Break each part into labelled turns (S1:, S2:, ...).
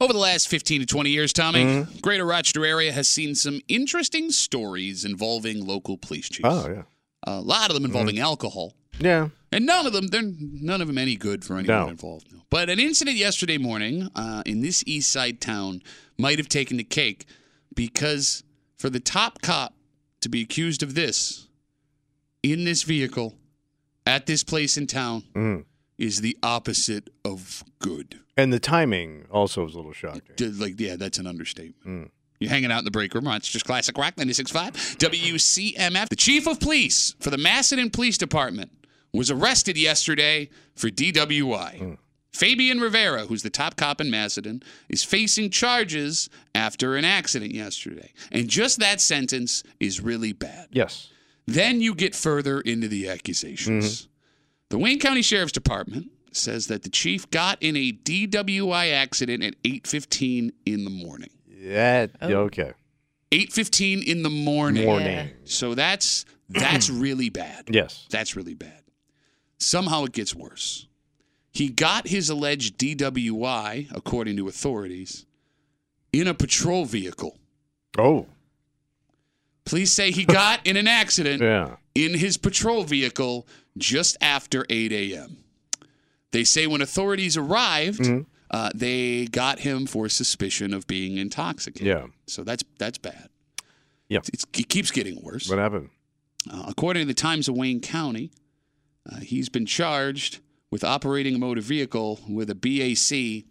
S1: Over the last 15 to 20 years, Tommy,
S2: Mm-hmm.
S1: Greater Rochester area has seen some interesting stories involving local police chiefs.
S2: Oh yeah, Mm-hmm.
S1: A lot of them involving alcohol,
S2: yeah.
S1: and none of them, they're none of them any good for anyone involved. No. But an incident yesterday morning uh, in this east side town might have taken the cake because for the top cop to be accused of this in this vehicle at this place in town
S2: Mm.
S1: is the opposite of good.
S2: And the timing also was a little shocking.
S1: Just like, yeah, that's an understatement.
S2: Mm.
S1: You're hanging out in the break room. It's just classic rock 96.5 WCMF. The chief of police for the Macedon Police Department was arrested yesterday for DWI. Fabian Rivera, who's the top cop in Macedon, is facing charges after an accident yesterday. And just that sentence is really bad.
S2: Yes.
S1: Then you get further into the accusations. The Wayne County Sheriff's Department says that the chief got in a DWI accident at 8:15 in the morning.
S2: That
S1: Oh.
S2: okay.
S1: 8:15 in the morning.
S2: Morning.
S1: So that's that's really bad.
S2: Yes.
S1: That's really bad. Somehow it gets worse. He got his alleged DWI, according to authorities, in a patrol vehicle.
S2: Oh.
S1: Police say he got in an accident
S2: Yeah.
S1: in his patrol vehicle just after 8 a.m. They say when authorities arrived,
S2: Mm-hmm.
S1: uh, they got him for suspicion of being intoxicated.
S2: Yeah.
S1: So that's that's bad.
S2: Yeah.
S1: It's, it keeps getting worse.
S2: What happened?
S1: Uh, according to the Times of Wayne County, uh, he's been charged with operating a motor vehicle with a BAC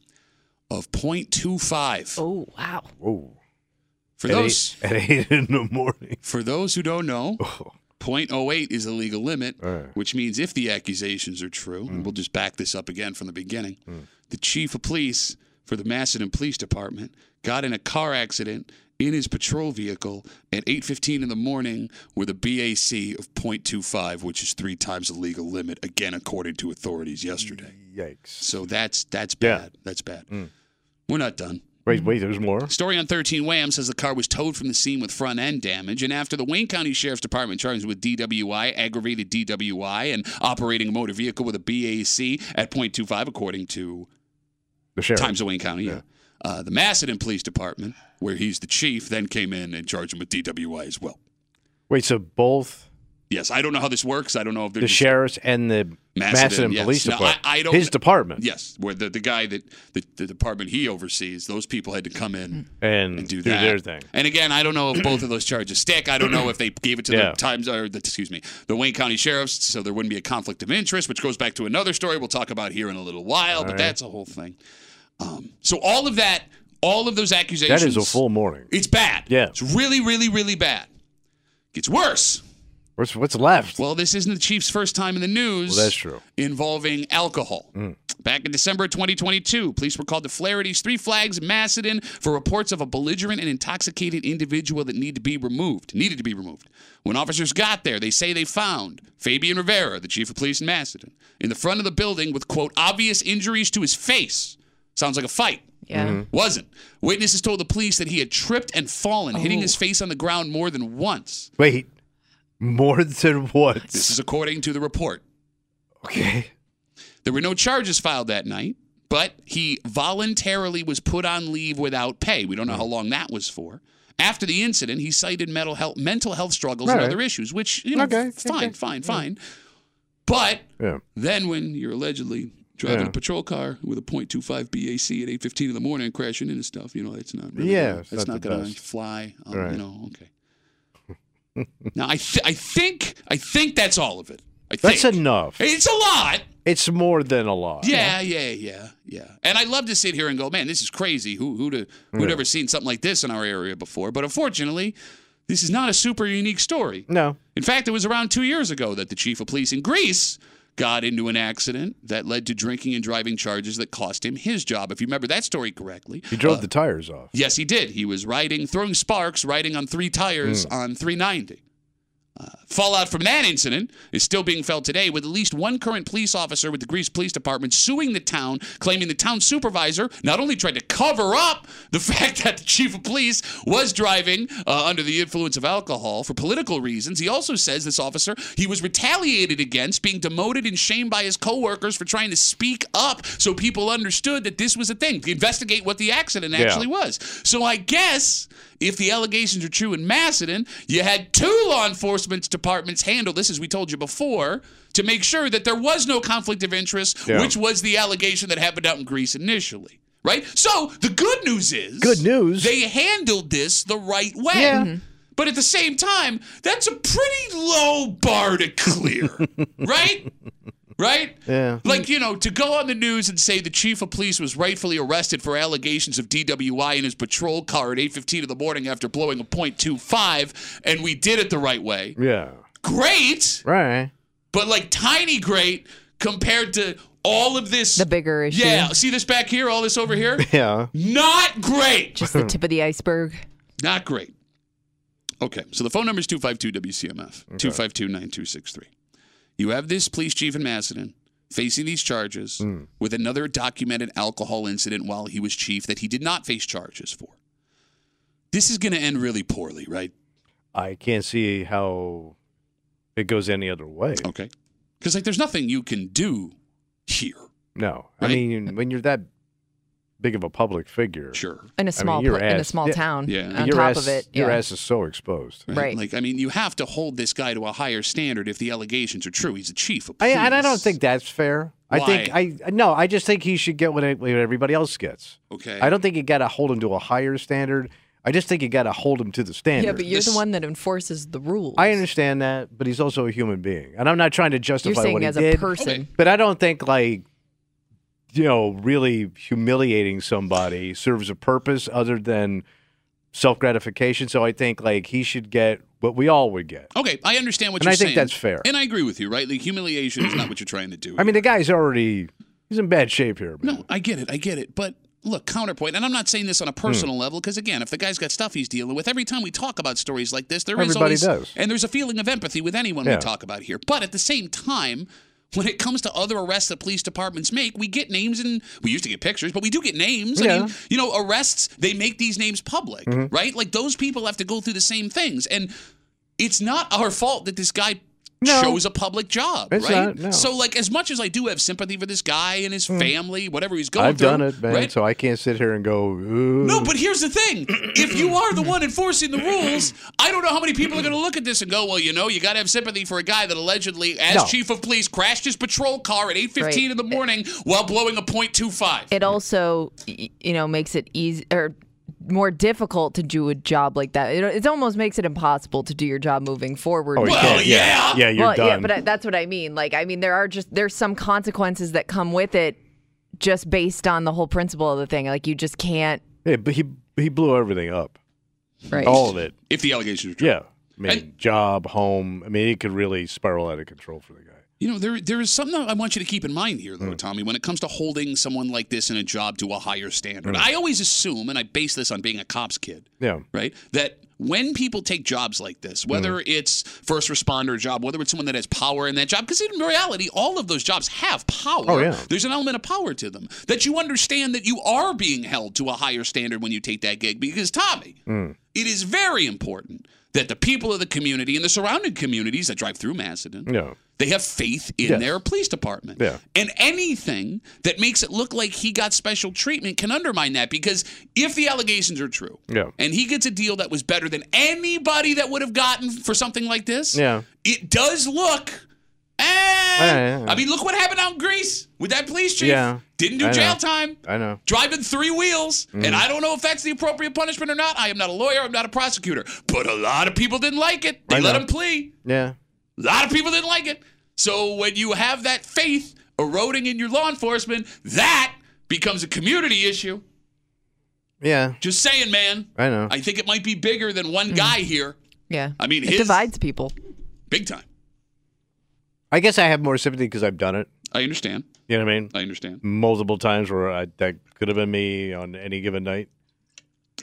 S1: of 0.25.
S3: Oh wow.
S2: Whoa.
S1: For
S2: at
S1: those
S2: eight, at eight in the morning.
S1: for those who don't know, 0.08 is the legal limit,
S2: All right. Mm.
S1: which means if the accusations are true, and we'll just back this up again from the beginning, the chief of police for the Macedon Police Department got in a car accident in his patrol vehicle at 8.15 in the morning with a BAC of 0.25, which is three times the legal limit, again, according to authorities yesterday.
S2: Yikes.
S1: So that's, that's
S2: Mm. Yeah. Mm.
S1: bad. That's bad. We're not done.
S2: Wait, wait. There's more.
S1: Story on 13 Wham says the car was towed from the scene with front end damage. And after the Wayne County Sheriff's Department charged with DWI, aggravated DWI, and operating a motor vehicle with a BAC at .25, according to
S2: The sheriff.
S1: Times of Wayne County. Yeah. Uh, the Macedon Police Department, where he's the chief, then came in and charged him with DWI as well.
S2: Wait. So both
S1: Yes, I don't know how this works. I don't know if they're
S2: the
S1: just-
S2: sheriff's and the
S1: Macedon,
S2: Macedon
S1: yes.
S2: Police
S1: No, I-
S2: Department.
S1: I don't-
S2: His department.
S1: Yes, where the, the guy that the, the department he oversees, those people had to come in
S2: And,
S1: and do,
S2: Mm. do,
S1: that.
S2: their thing.
S1: And again, I don't know if both of those charges stick. I don't know if they gave it to
S2: Yeah.
S1: the Times or the, excuse me, the Wayne County Sheriff's, so there wouldn't be a conflict of interest, which goes back to another story we'll talk about here in a little while. but
S2: right.
S1: that's a whole thing. Um, so all of that, all of those accusations.
S2: That is a full morning.
S1: It's bad.
S2: Yeah.
S1: it's really, really, really bad. Gets worse.
S2: What's what's left?
S1: Well, this isn't the Chiefs' first time in the news.
S2: Well, that's true.
S1: Involving alcohol. Back in December 2022, police were called to Flaherty's Three Flags in Macedon for reports of a belligerent and intoxicated individual that need to be removed. Needed to be removed. When officers got there, they say they found Fabian Rivera, the chief of police in Macedon, in the front of the building with quote obvious injuries to his face. Sounds like a fight.
S3: Yeah.
S1: Wasn't. Witnesses told the police that he had tripped and fallen, hitting his face on the ground more than once.
S2: Wait. More than
S1: This
S2: once.
S1: is according to the report.
S2: Okay.
S1: There were no charges filed that night, but he voluntarily was put on leave without pay. We don't know how long that was for. After the incident, he cited mental health, mental health struggles and
S2: All right.
S1: other issues, which you know,
S2: Okay,
S1: fine,
S2: okay.
S1: fine, fine. But
S2: Yeah.
S1: then, when you're allegedly driving
S2: Yeah.
S1: a patrol car with a .25 BAC at 8:15 in the morning, crashing into stuff. You know, it's not. Really
S2: Yeah, it's
S1: it's
S2: not
S1: not,
S2: the
S1: gonna
S2: best.
S1: fly. Um, You
S2: Right.
S1: know, okay. now I th- I think I think that's all of it. I think.
S2: That's enough.
S1: It's a lot.
S2: It's more than a lot.
S1: Yeah, yeah, yeah, yeah. And I would love to sit here and go, man, this is crazy. Who who'd have, who'd ever seen something like this in our area before? But unfortunately, this is not a super unique story.
S2: No.
S1: In fact, it was around two years ago that the chief of police in Greece got into an accident that led to drinking and driving charges that cost him his job. If you remember that story correctly,
S2: He drove
S1: Uh,
S2: the tires off.
S1: Yes, he did. He was riding, throwing sparks, riding on three tires
S2: Hmm.
S1: on 390. Uh, fallout from that incident is still being felt today, with at least one current police officer with the Greece Police Department suing the town, claiming the town supervisor not only tried to cover up the fact that the chief of police was driving uh, under the influence of alcohol for political reasons. He also says this officer he was retaliated against, being demoted and shamed by his coworkers for trying to speak up, so people understood that this was a thing. Investigate what the accident
S2: Yeah.
S1: actually was was. So I guess if the allegations are true in Macedon, you had two law enforcement departments handle this, as we told you before, to make sure that there was no conflict of interest,
S2: Yeah.
S1: which was the allegation that happened out in Greece initially. Right? So the good news is
S2: Good news.
S1: They handled this the right way.
S2: Yeah.
S1: But at the same time, that's a pretty low bar to clear. right? Right?
S2: Yeah.
S1: Like, you know, to go on the news and say the chief of police was rightfully arrested for allegations of DWI in his patrol car at 8.15 in the morning after blowing a .25, and we did it the right way.
S2: Yeah.
S1: Great,
S2: Right.
S1: but like tiny great compared to all of this.
S3: The bigger issue.
S1: yeah, see this back here, all this over here?
S2: Yeah.
S1: Not great.
S3: Just the tip of the iceberg.
S1: Not great. Okay, so the phone number is 252 WCMF, 252 9263. You have this police chief in Macedon facing these charges
S2: Hmm.
S1: with another documented alcohol incident while he was chief that he did not face charges for. This is going to end really poorly, right?
S2: I can't see how it goes any other way.
S1: Okay. Because, like, there's nothing you can do here.
S2: No. I
S1: Right?
S2: mean, when you're that big of a public figure,
S1: Sure.
S3: In a
S2: mean,
S3: small
S2: your
S3: pla- in a
S2: ass-
S3: small
S2: yeah.
S3: town.
S1: Yeah.
S3: On
S2: your
S3: top
S2: ass,
S3: of it.
S2: your
S3: yeah.
S2: ass is so exposed.
S3: Right.
S1: Like, I mean, you have to hold this guy to a higher standard if the allegations are true. He's a chief of
S2: I,
S1: police.
S2: and I don't think that's fair. I think I no. I just think he should get what, what everybody else gets.
S1: Okay.
S2: I don't think you got to hold him to a higher standard. I just think you got to hold him to the standard.
S3: Yeah, but you're
S1: This-
S3: the one that enforces the rules.
S2: I understand that, but he's also a human being, and I'm not trying to
S3: You're
S2: justify
S3: saying
S2: what he
S3: as
S2: did.
S3: a person.
S2: but I don't think like you know really humiliating somebody serves a purpose other than self gratification. So I think like he should get what we all would get.
S1: Okay, I understand what
S2: And
S1: you're
S2: I think
S1: saying.
S2: that's fair.
S1: And I agree with you, right? Like humiliation is not what you're trying to do.
S2: I mean, the guy's already he's in bad shape here. Man.
S1: no, I get it, I get it. But look, counterpoint, and I'm not saying this
S2: Hmm.
S1: on a personal level because again, if the guy's got stuff he's dealing with, every time we talk about stories like this, there is
S2: Everybody
S1: always
S2: does.
S1: and there's a feeling of empathy with anyone we
S2: Yeah.
S1: talk about here. But at the same time. When it comes to other arrests that police departments make, we get names and we used to get pictures, but we do get names. I
S2: Yeah. Mm-hmm.
S1: mean, you know, arrests, they make these names public, right? Like those people have to go through the same things. And it's not our fault that this guy
S2: No.
S1: chose a public job,
S2: It's
S1: right?
S2: not, no. Hmm.
S1: So, like, as much as I do have sympathy for this guy and his family, whatever he's going
S2: I've
S1: through,
S2: done it, man.
S1: right?
S2: So I can't sit here and go. Ooh.
S1: no, but here's the thing: if you are the one enforcing the rules, I don't know how many people are going to look at this and go, "Well, you know, you got to have sympathy for a guy that allegedly, as
S2: No.
S1: chief of police, crashed his patrol car at 8:15
S3: Right.
S1: in the morning while blowing a .25."
S3: It also, y- you know, makes it easy or more difficult to do a job like that. It, it almost makes it impossible to do your job moving forward.
S2: Oh, you
S1: Well,
S2: can't.
S1: yeah.
S2: yeah, yeah, you're
S3: well,
S2: done.
S3: yeah, but I, that's what I mean. Like, I mean, there are just there's some consequences that come with it, just based on the whole principle of the thing. Like, you just can't.
S2: Yeah, but he he blew everything up,
S3: Right.
S2: all of it.
S1: if the allegations are true,
S2: Yeah, I mean,
S1: And-
S2: job, home. I mean, it could really spiral out of control for the guy.
S1: You know, there there is something I want you to keep in mind here,
S2: Hmm.
S1: though, Tommy, when it comes to holding someone like this in a job to a higher standard.
S2: Hmm.
S1: I always assume, and I base this on being a cop's kid,
S2: Yeah,
S1: right? That when people take jobs like this, whether
S2: Hmm.
S1: it's first responder job, whether it's someone that has power in that job, because in reality, all of those jobs have power.
S2: Oh, yeah.
S1: There's an element of power to them that you understand that you are being held to a higher standard when you take that gig. Because, Tommy,
S2: Hmm.
S1: it is very important that the people of the community and the surrounding communities that drive through Macedon.
S2: yeah,
S1: They have faith in
S2: Yes.
S1: their police department.
S2: Yeah.
S1: And anything that makes it look like he got special treatment can undermine that because if the allegations are true
S2: Yeah.
S1: and he gets a deal that was better than anybody that would have gotten for something like this,
S2: yeah.
S1: it does look Eh.
S2: Eh.
S1: I mean, look what happened out in Greece with that police chief.
S2: Yeah.
S1: Didn't do
S2: I know. Mm.
S1: jail time.
S2: I know.
S1: Driving three wheels, and I don't know if that's the appropriate punishment or not. I am not a lawyer. I'm not a prosecutor. But a lot of people didn't like it. They
S2: I
S1: let
S2: know.
S1: him plea.
S2: Yeah.
S1: A lot of people didn't like it. So when you have that faith eroding in your law enforcement, that becomes a community issue.
S2: Yeah.
S1: Just saying, man.
S2: I know.
S1: I think it might be bigger than one guy here.
S3: Yeah.
S1: I mean,
S3: it
S1: his-
S3: divides people.
S1: Big time.
S2: I guess I have more sympathy because I've done it.
S1: I understand.
S2: You know what I mean?
S1: I understand.
S2: Multiple times where I, that could have been me on any given night.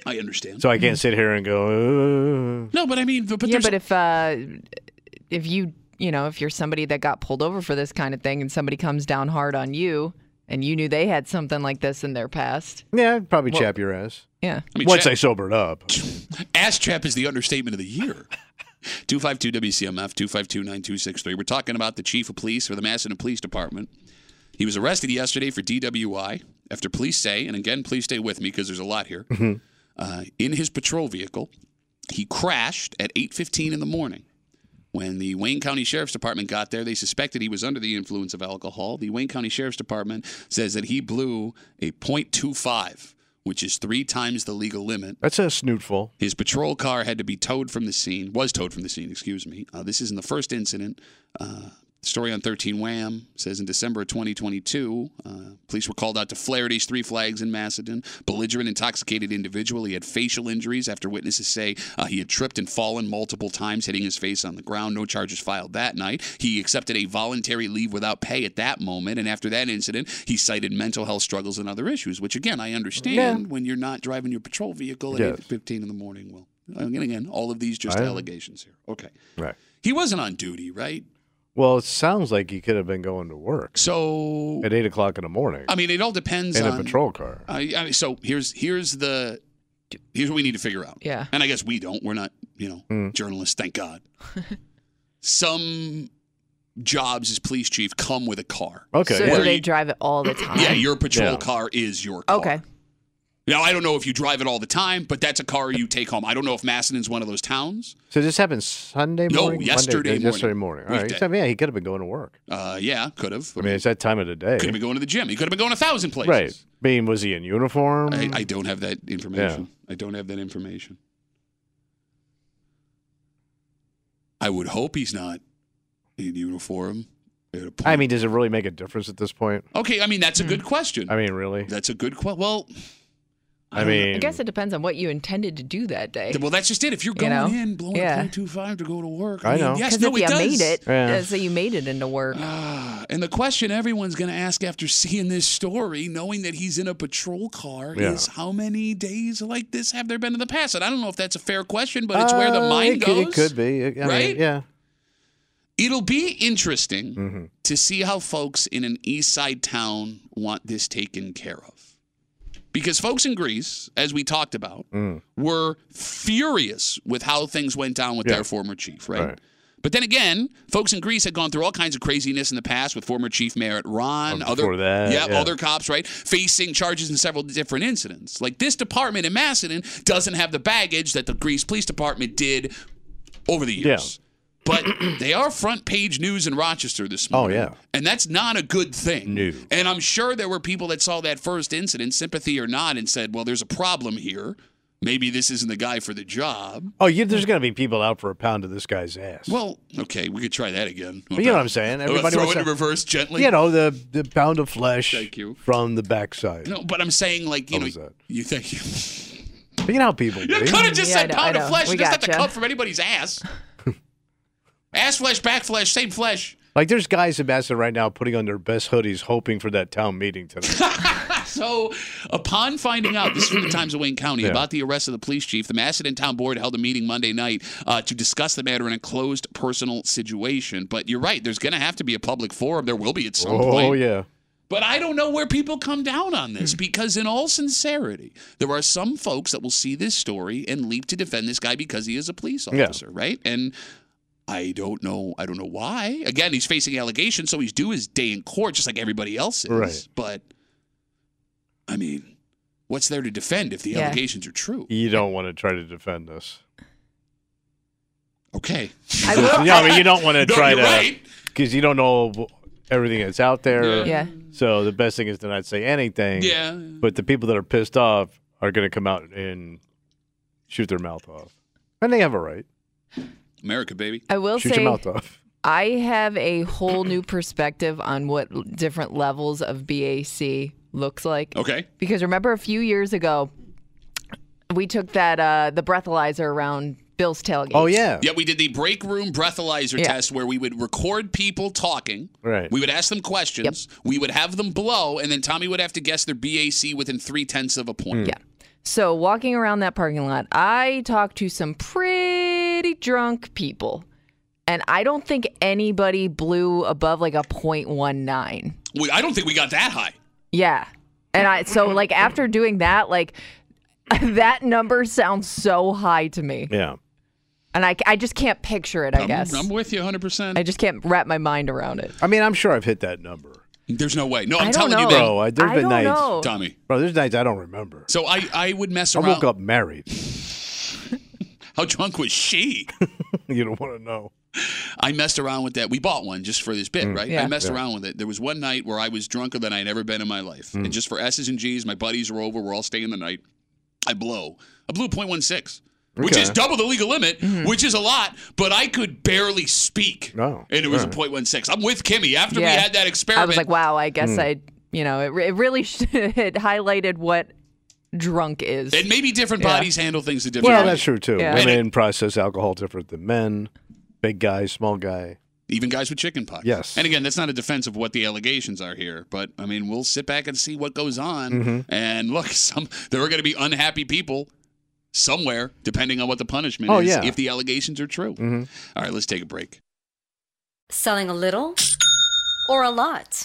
S1: I understand.
S2: So I can't sit here and go. "Uh."
S1: no, but I mean, but, but
S3: yeah,
S1: there's
S3: but if uh, if you you know if you're somebody that got pulled over for this kind of thing and somebody comes down hard on you and you knew they had something like this in their past,
S2: Yeah, I'd probably chap your ass
S3: yeah,
S1: I mean,
S2: once
S1: Chap-
S2: I sobered up.
S1: Ass Trap is the understatement of the year. 252 WCMF 252 9263. We're talking about the chief of police for the Massillon Police Department. He was arrested yesterday for DWI after police say, and again, please stay with me because there's a lot here. Uh, in his patrol vehicle, he crashed at 8:15 in the morning. When the Wayne County Sheriff's Department got there, they suspected he was under the influence of alcohol. The Wayne County Sheriff's Department says that he blew a .25, which is three times the legal limit.
S2: That's a snootful.
S1: His patrol car had to be towed from the scene, was towed from the scene, excuse me. Uh, this isn't the first incident. Uh, story on 13 Wham says in December of 2022, uh, police were called out to Flaherty's Three Flags in Macedon. Belligerent, intoxicated individual. He had facial injuries after witnesses say uh, he had tripped and fallen multiple times, hitting his face on the ground. No charges filed that night. He accepted a voluntary leave without pay at that moment. And after that incident, he cited mental health struggles and other issues, which again, I understand when you're not driving your patrol vehicle at
S2: Yes.
S1: 15 in the morning. Well, and again, all of these just
S2: I-
S1: allegations here. Okay.
S2: Right.
S1: He wasn't on duty, right?
S2: Well, it sounds like he could have been going to work
S1: So,
S2: at eight o'clock in the morning
S1: I mean, it all depends
S2: in a
S1: on.
S2: patrol car.
S1: I, I mean, so here's here's the here's what we need to figure out.
S3: Yeah.
S1: And I guess we don't. We're not, you know,
S2: Hmm.
S1: journalists. Thank God. Some jobs as police chief come with a car.
S2: Okay.
S3: so
S2: yeah.
S3: do they
S1: you-
S3: drive it all the time?
S1: Yeah, your patrol
S2: Yeah.
S1: car is your car.
S3: okay.
S1: Now I don't know if you drive it all the time, but that's a car you take home. I don't know if Massillon's one of those towns.
S2: So this happened Sunday
S1: No,
S2: morning. Monday- uh,
S1: yesterday
S2: yesterday
S1: morning.
S2: morning. All right.
S1: Weekday.
S2: So, yeah, he could have been going to work.
S1: Uh, yeah, could have.
S2: I mean, it's that time of the day.
S1: Could have been going to the gym. He could have been going a thousand places.
S2: Right. I mean, was he in uniform?
S1: I, I don't have that information. I don't have that information. I would hope he's not in uniform. at a
S2: I
S1: point.
S2: mean, does it really make a difference at this point?
S1: okay. I mean, that's a
S3: Hmm.
S1: good question.
S2: I mean, really?
S1: that's a good question. Well,
S2: I,
S1: don't know.
S2: mean,
S3: I guess it depends on what you intended to do that day.
S1: well, that's just it. If you're
S3: You
S1: going
S3: know?
S1: in blowing
S3: Yeah.
S1: a .25 to go to work,
S2: I
S1: mean,
S2: know.
S1: Yes,
S3: Because
S1: no,
S3: if you
S1: it does.
S3: made it,
S2: Yeah.
S3: uh, so you made it into work.
S1: Ah, and the question everyone's going to ask after seeing this story, knowing that he's in a patrol car,
S2: Yeah.
S1: is how many days like this have there been in the past? And I don't know if that's a fair question, but it's where the
S2: Uh,
S1: mind
S2: it
S1: goes.
S2: could, It could be. I mean,
S1: right?
S2: yeah.
S1: It'll be interesting
S2: Mm-hmm.
S1: to see how folks in an east side town want this taken care of. Because folks in Greece, as we talked about,
S2: Mm.
S1: were furious with how things went down with
S2: Yeah.
S1: their former chief, right?
S2: Right.
S1: But then again, folks in Greece had gone through all kinds of craziness in the past with former Chief Merritt Ron,
S2: Oh,
S1: other
S2: before that,
S1: yeah,
S2: yeah.
S1: other cops, right? Facing charges in several different incidents. Like this department in Macedon doesn't have the baggage that the Greece Police Department did over the
S2: Yeah.
S1: years. But they are front page news in Rochester this morning.
S2: Oh, yeah.
S1: And that's not a good thing.
S2: No.
S1: And I'm sure there were people that saw that first incident, sympathy or not, and said, well, there's a problem here. Maybe this isn't the guy for the job.
S2: Oh, you, there's going to be people out for a pound of this guy's ass.
S1: Well, okay, we could try that again.
S2: you know what I'm saying? Everybody
S1: throw
S2: wants
S1: it in
S2: to-
S1: reverse gently.
S2: you know, the, the pound of flesh
S1: Thank you.
S2: from the backside.
S1: No, but I'm saying like you
S2: How
S1: know
S2: was that?
S1: you think you,
S2: You know how people do.
S1: could have just
S3: Yeah, I
S1: said
S3: know,
S1: pound
S3: I
S1: of
S3: know.
S1: flesh.
S3: We
S1: It doesn't have to
S3: gotcha.
S1: come from anybody's ass. ass flesh, back flesh, same flesh.
S2: Like, there's guys in Madison right now putting on their best hoodies, hoping for that town meeting tonight.
S1: So, upon finding out, this is from the Times of Wayne County,
S2: Yeah.
S1: about the arrest of the police chief, the Macedon Town Board held a meeting Monday night uh, to discuss the matter in a closed personal situation. But you're right, there's going to have to be a public forum. There will be at some point.
S2: oh yeah,
S1: But I don't know where people come down on
S2: Hmm.
S1: this because, in all sincerity, there are some folks that will see this story and leap to defend this guy because he is a police
S2: Yeah.
S1: officer, right? And I don't know. I don't know why. Again, he's facing allegations, so he's due his day in court, just like everybody else is.
S2: Right.
S1: But I mean, what's there to defend if the
S3: Yeah.
S1: allegations are true?
S2: you don't want to try to defend this.
S1: Okay.
S2: Yeah, I mean, you don't want to
S1: No,
S2: try
S1: you're
S2: to
S1: right.
S2: because you don't know wh- everything that's out there.
S3: Yeah.
S2: So the best thing is to not say anything.
S1: Yeah.
S2: But the people that are pissed off are going to come out and shoot their mouth off, and they have a right.
S1: America, baby.
S3: I will
S2: shoot
S3: say
S2: your mouth off.
S3: I have a whole new perspective on what l- different levels of BAC looks like.
S1: Okay.
S3: Because remember a few years ago, we took that uh, the breathalyzer around Bill's tailgate.
S2: Oh yeah.
S1: Yeah, we did the break room breathalyzer
S3: Yeah.
S1: test where we would record people talking.
S2: Right.
S1: We would ask them questions. We would have them blow, and then Tommy would have to guess their BAC within three tenths of a point.
S3: Yeah. So walking around that parking lot, I talked to some pretty drunk people. And I don't think anybody blew above like a 0.19.
S1: We, I don't think we got that high.
S3: Yeah. And I so like after doing that, like that number sounds so high to me.
S2: Yeah.
S3: And I, I just can't picture it, I guess.
S1: I'm with you 100%.
S3: I just can't wrap my mind around it.
S2: I mean, I'm sure I've hit that number,
S1: There's no way. No,
S3: I
S1: I'm
S3: don't
S1: telling you,
S3: know.
S1: man.
S2: bro. I, there's
S3: I
S2: been
S3: don't
S2: nights,
S3: know.
S1: Tommy.
S2: bro. There's nights I don't remember.
S1: So I, I would mess
S2: I
S1: around.
S2: woke up married.
S1: How drunk was she?
S2: you don't want to know.
S1: I messed around with that. We bought one just for this bit,
S3: Mm.
S1: right? I messed around with it. There was one night where I was drunker than I had ever been in my life.
S3: Mm.
S1: And just for S's and G's, my buddies are over. We're all staying the night. I blow. I blew 0.16. Which is double the legal limit,
S3: Mm-hmm.
S1: which is a lot, but I could barely speak.
S2: Oh,
S1: and it was a 0.16. I'm with Kimmy. After we
S3: Yeah.
S1: had that experiment,
S3: I was like, wow, I guess I, you know, it, re- it really sh- it highlighted what drunk is.
S1: and maybe different bodies handle things a different
S2: Well,
S1: way.
S2: that's true too.
S3: Yeah.
S2: Women process alcohol different than men. Big guy, small guy.
S1: Even guys with chicken pox.
S2: Yes.
S1: And again, that's not a defense of what the allegations are here, but I mean, we'll sit back and see what goes on.
S2: Mm-hmm.
S1: And look, some there are going to be unhappy people somewhere, depending on what the punishment
S2: Oh,
S1: is,
S2: yeah. Mm-hmm.
S1: if the allegations are true. All right, let's take a break.
S4: Selling a little or a lot?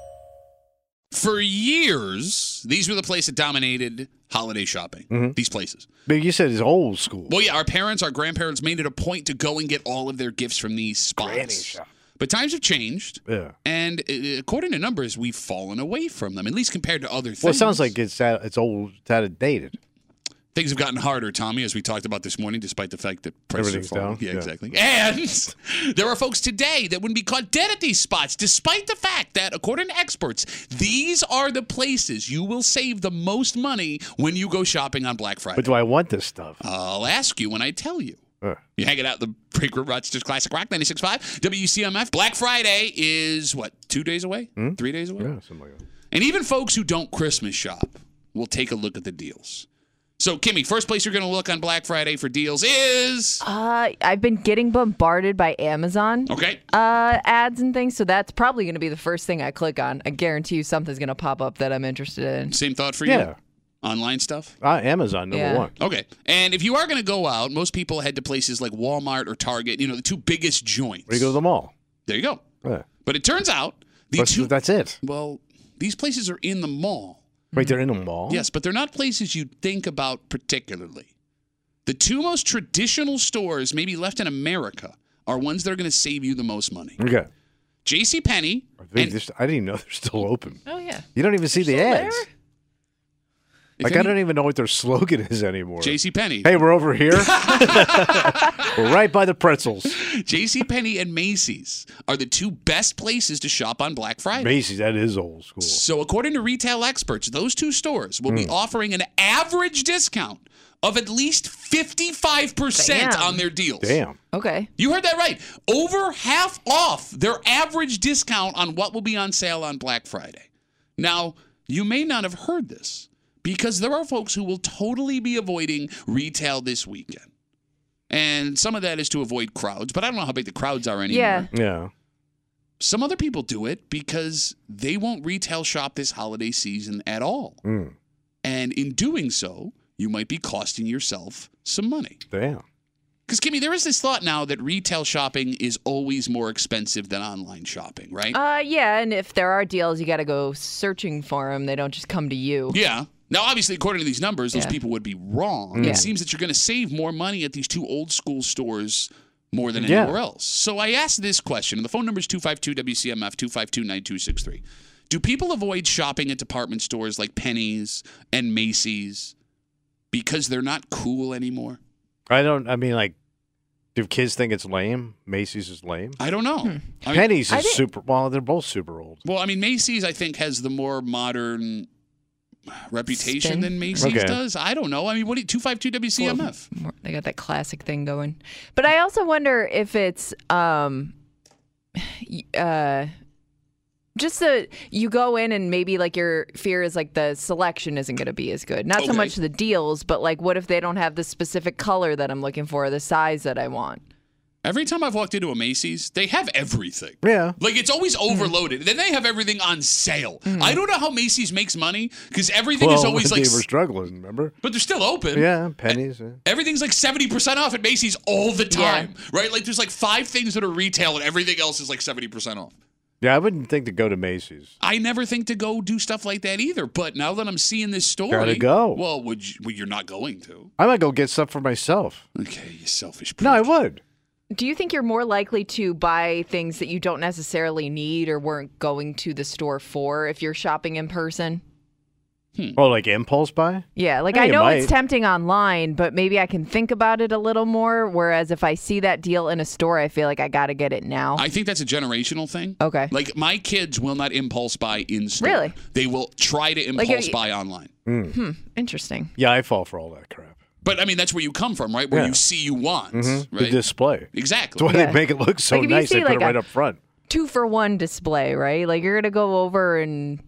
S1: For years, these were the place that dominated holiday shopping.
S2: Mm-hmm.
S1: These places.
S2: But you said it's old school.
S1: Well, yeah, our parents, our grandparents made it a point to go and get all of their gifts from these spots. But times have changed.
S2: yeah.
S1: And uh, according to numbers, we've fallen away from them, at least compared to other things.
S2: Well, it sounds like it's out, it's old, it's outdated.
S1: Things have gotten harder, Tommy, as we talked about this morning, despite the fact that prices are
S2: Everything's
S1: falling.
S2: down,
S1: Yeah,
S2: yeah.
S1: exactly. And there are folks today that wouldn't be caught dead at these spots, despite the fact that, according to experts, these are the places you will save the most money when you go shopping on Black Friday.
S2: But do I want this stuff?
S1: I'll ask you when I tell you.
S2: Uh,
S1: You hang it out at the Break Room Rochester's Classic Rock 96.5, WCMF. Black Friday is, what, two days away? Three days away?
S2: Hmm? yeah, something like that.
S1: And even folks who don't Christmas shop will take a look at the deals. So, Kimmy, first place you're going to look on Black Friday for deals is.
S3: Uh, I've been getting bombarded by Amazon
S1: Okay.
S3: uh, ads and things, so that's probably going to be the first thing I click on. I guarantee you something's going to pop up that I'm interested in.
S1: Same thought for
S2: Yeah.
S1: you? Online stuff?
S2: Uh, Amazon number
S3: Yeah.
S2: one.
S1: Okay. And if you are going to go out, most people head to places like Walmart or Target, you know, the two biggest joints.
S2: Where you go to the mall.
S1: there you go.
S2: Yeah.
S1: But it turns out the
S2: That's,
S1: two.
S2: that's it.
S1: well, these places are in the mall.
S2: Right there in the mall.
S1: Yes, but they're not places you think about particularly. The two most traditional stores, maybe left in America, are ones that are going to save you the most money.
S2: Okay.
S1: JCPenney
S2: I, think
S1: and
S2: they're st- I didn't even know they're still open.
S3: Oh yeah.
S2: You don't even see the
S3: still
S2: ads.
S3: there?
S1: if
S2: Like I
S1: any-
S2: don't even know what their slogan is anymore.
S1: JCPenney.
S2: Hey, we're over here. we're right by the pretzels.
S1: JCPenney and Macy's are the two best places to shop on Black Friday.
S2: Macy's, that is old school.
S1: So, according to retail experts, those two stores will
S2: Hmm.
S1: be offering an average discount of at least 55%
S3: Damn.
S1: on their deals.
S2: Damn.
S3: Okay.
S1: You heard that right. Over half off their average discount on what will be on sale on Black Friday. Now, you may not have heard this because there are folks who will totally be avoiding retail this weekend. And some of that is to avoid crowds, but I don't know how big the crowds are anymore.
S3: Yeah.
S2: Yeah.
S1: Some other people do it because they won't retail shop this holiday season at all.
S2: Mm.
S1: And in doing so, you might be costing yourself some money.
S2: Damn.
S1: Because Kimmy, there is this thought now that retail shopping is always more expensive than online shopping, right?
S3: Uh, yeah, and if there are deals, you got to go searching for them. They don't just come to you.
S1: yeah. Now, obviously, according to these numbers, those
S3: Yeah.
S1: people would be wrong.
S3: Yeah.
S1: It seems that you're going to save more money at these two old school stores more than
S2: Yeah.
S1: anywhere else. So I asked this question, and the phone number is 252 WCMF 252 9263. Do people avoid shopping at department stores like Penny's and Macy's because they're not cool anymore?
S2: I don't. I mean, like, do kids think it's lame? Macy's is lame.
S1: I don't know.
S3: Hmm.
S1: I mean-
S2: Penny's
S3: I
S2: is
S3: didn't-
S2: super. Well, they're both super old.
S1: Well, I mean, Macy's, I think, has the more modern reputation
S3: Spin?
S1: than Macy's
S2: Okay.
S1: does. I don't know. I mean, what do you, 252 WCMF?
S3: More- They got that classic thing going. But I also wonder if it's um y- uh just the you go in and maybe like your fear is like the selection isn't going to be as good. Not so
S1: Okay.
S3: much the deals, but like what if they don't have the specific color that I'm looking for, or the size that I want.
S1: Every time I've walked into a Macy's, they have everything.
S2: Yeah.
S1: Like it's always overloaded. Then they have everything on sale. I don't know how Macy's makes money because everything
S2: well,
S1: is always
S2: they
S1: like,
S2: were struggling. Remember?
S1: but they're still open.
S2: Yeah. Penny's. yeah.
S1: Everything's like 70% off at Macy's all the time, right? Like there's like five things that are retail and everything else is like 70% off.
S2: Yeah, I wouldn't think to go to Macy's.
S1: I never think to go do stuff like that either. But now that I'm seeing this story,
S2: Gotta go.
S1: Well, would you, well, you're not going to.
S2: I might go get stuff for myself.
S1: Okay, you selfish.
S2: No, I
S1: prick.
S2: would.
S3: Do you think you're more likely to buy things that you don't necessarily need or weren't going to the store for if you're shopping in person?
S1: Hmm.
S2: Oh, like impulse buy?
S3: Yeah, like
S2: Yeah,
S3: I
S2: you
S3: know it's
S2: might.
S3: tempting online, but maybe I can think about it a little more. Whereas if I see that deal in a store, I feel like I got to get it now.
S1: I think that's a generational thing.
S3: Okay.
S1: Like my kids will not impulse buy in store.
S3: Really?
S1: They will try to
S3: Like,
S1: impulse
S3: are you-
S1: buy online.
S3: Interesting.
S2: Yeah, I fall for all that crap.
S1: But I mean, that's where you come from, right? Where
S2: Yeah. Mm-hmm.
S1: you see you want,
S2: The
S1: right?
S2: display. That's
S1: exactly.
S2: why
S3: Yeah.
S2: they make it look so
S3: Like, if you
S2: nice. They
S3: see,
S2: put
S3: like,
S2: it right
S3: a-
S2: up front.
S3: Two for one display, right? Like you're going to go over and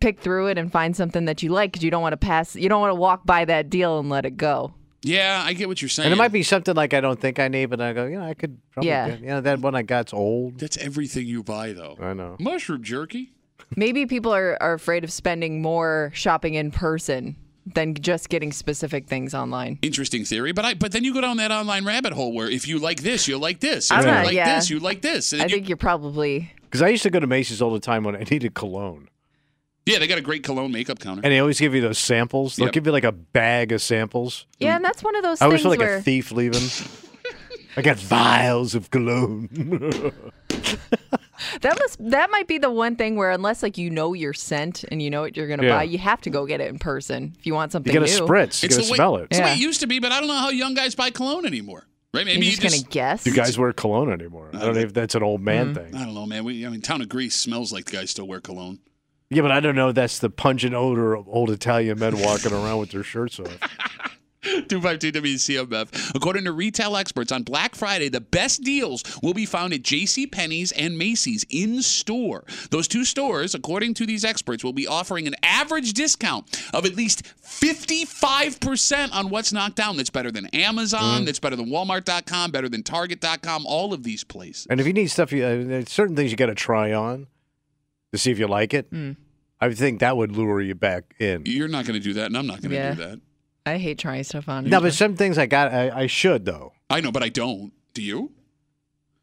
S3: pick through it and find something that you like because you don't want to pass, you don't want to walk by that deal and let it go.
S1: Yeah, I get what you're saying.
S2: And it might be something like I don't think I need, but I go, you know, I could probably
S3: Yeah.
S2: get, you know, that one I got's old.
S1: That's everything you buy, though.
S2: I know.
S1: Mushroom jerky.
S3: Maybe people are, are afraid of spending more shopping in person than just getting specific things online.
S1: Interesting theory, but I but then you go down that online rabbit hole where if you like this, you'll like this. If
S3: I'm
S1: you
S3: not-
S1: like
S3: yeah.
S1: this, you like this. And
S3: I
S1: then you-
S3: think you're probably
S2: Because I used to go to Macy's all the time when I needed cologne.
S1: yeah, they got a great cologne makeup counter.
S2: And they always give you those samples. They'll
S1: Yep.
S2: give you like a bag of samples.
S3: yeah,
S1: Mm.
S3: and that's one of those
S2: I always
S3: things
S2: feel like
S3: where
S2: a thief leaving. I got vials of cologne.
S3: That must that might be the one thing where unless like you know your scent and you know what you're gonna
S2: Yeah.
S3: buy, you have to go get it in person if you want something
S2: You got to
S3: new.
S2: spritz. You got to
S1: the way-
S2: smell it.
S1: It's the way
S3: Yeah.
S1: it used to be, but I don't know how young guys buy cologne anymore. Right? Maybe
S3: You're
S1: you
S3: just, gonna guess.
S2: Do you guys wear cologne anymore? I don't know if that's an old man
S3: Mm-hmm.
S2: thing.
S1: I don't know, man. We, I mean, town of Greece smells like the guys still wear cologne.
S2: Yeah, but I don't know. That's the pungent odor of old Italian men walking around with their shirts off.
S1: 252 WCMF. According to retail experts, on Black Friday, the best deals will be found at JCPenney's and Macy's in store. Those two stores, according to these experts, will be offering an average discount of at least 55% on what's knocked down. That's better than Amazon,
S3: Mm.
S1: that's better than Walmart.com, better than Target.com, all of these places.
S2: And if you need stuff, you, uh, there's certain things you got to try on to see if you like it.
S3: Mm.
S2: I think that would lure you back in.
S1: You're not going to do that, and I'm not going to
S3: Yeah.
S1: do that.
S3: I hate trying stuff on.
S2: No, but some things I got, I, I should though.
S1: I know, but I don't. Do you?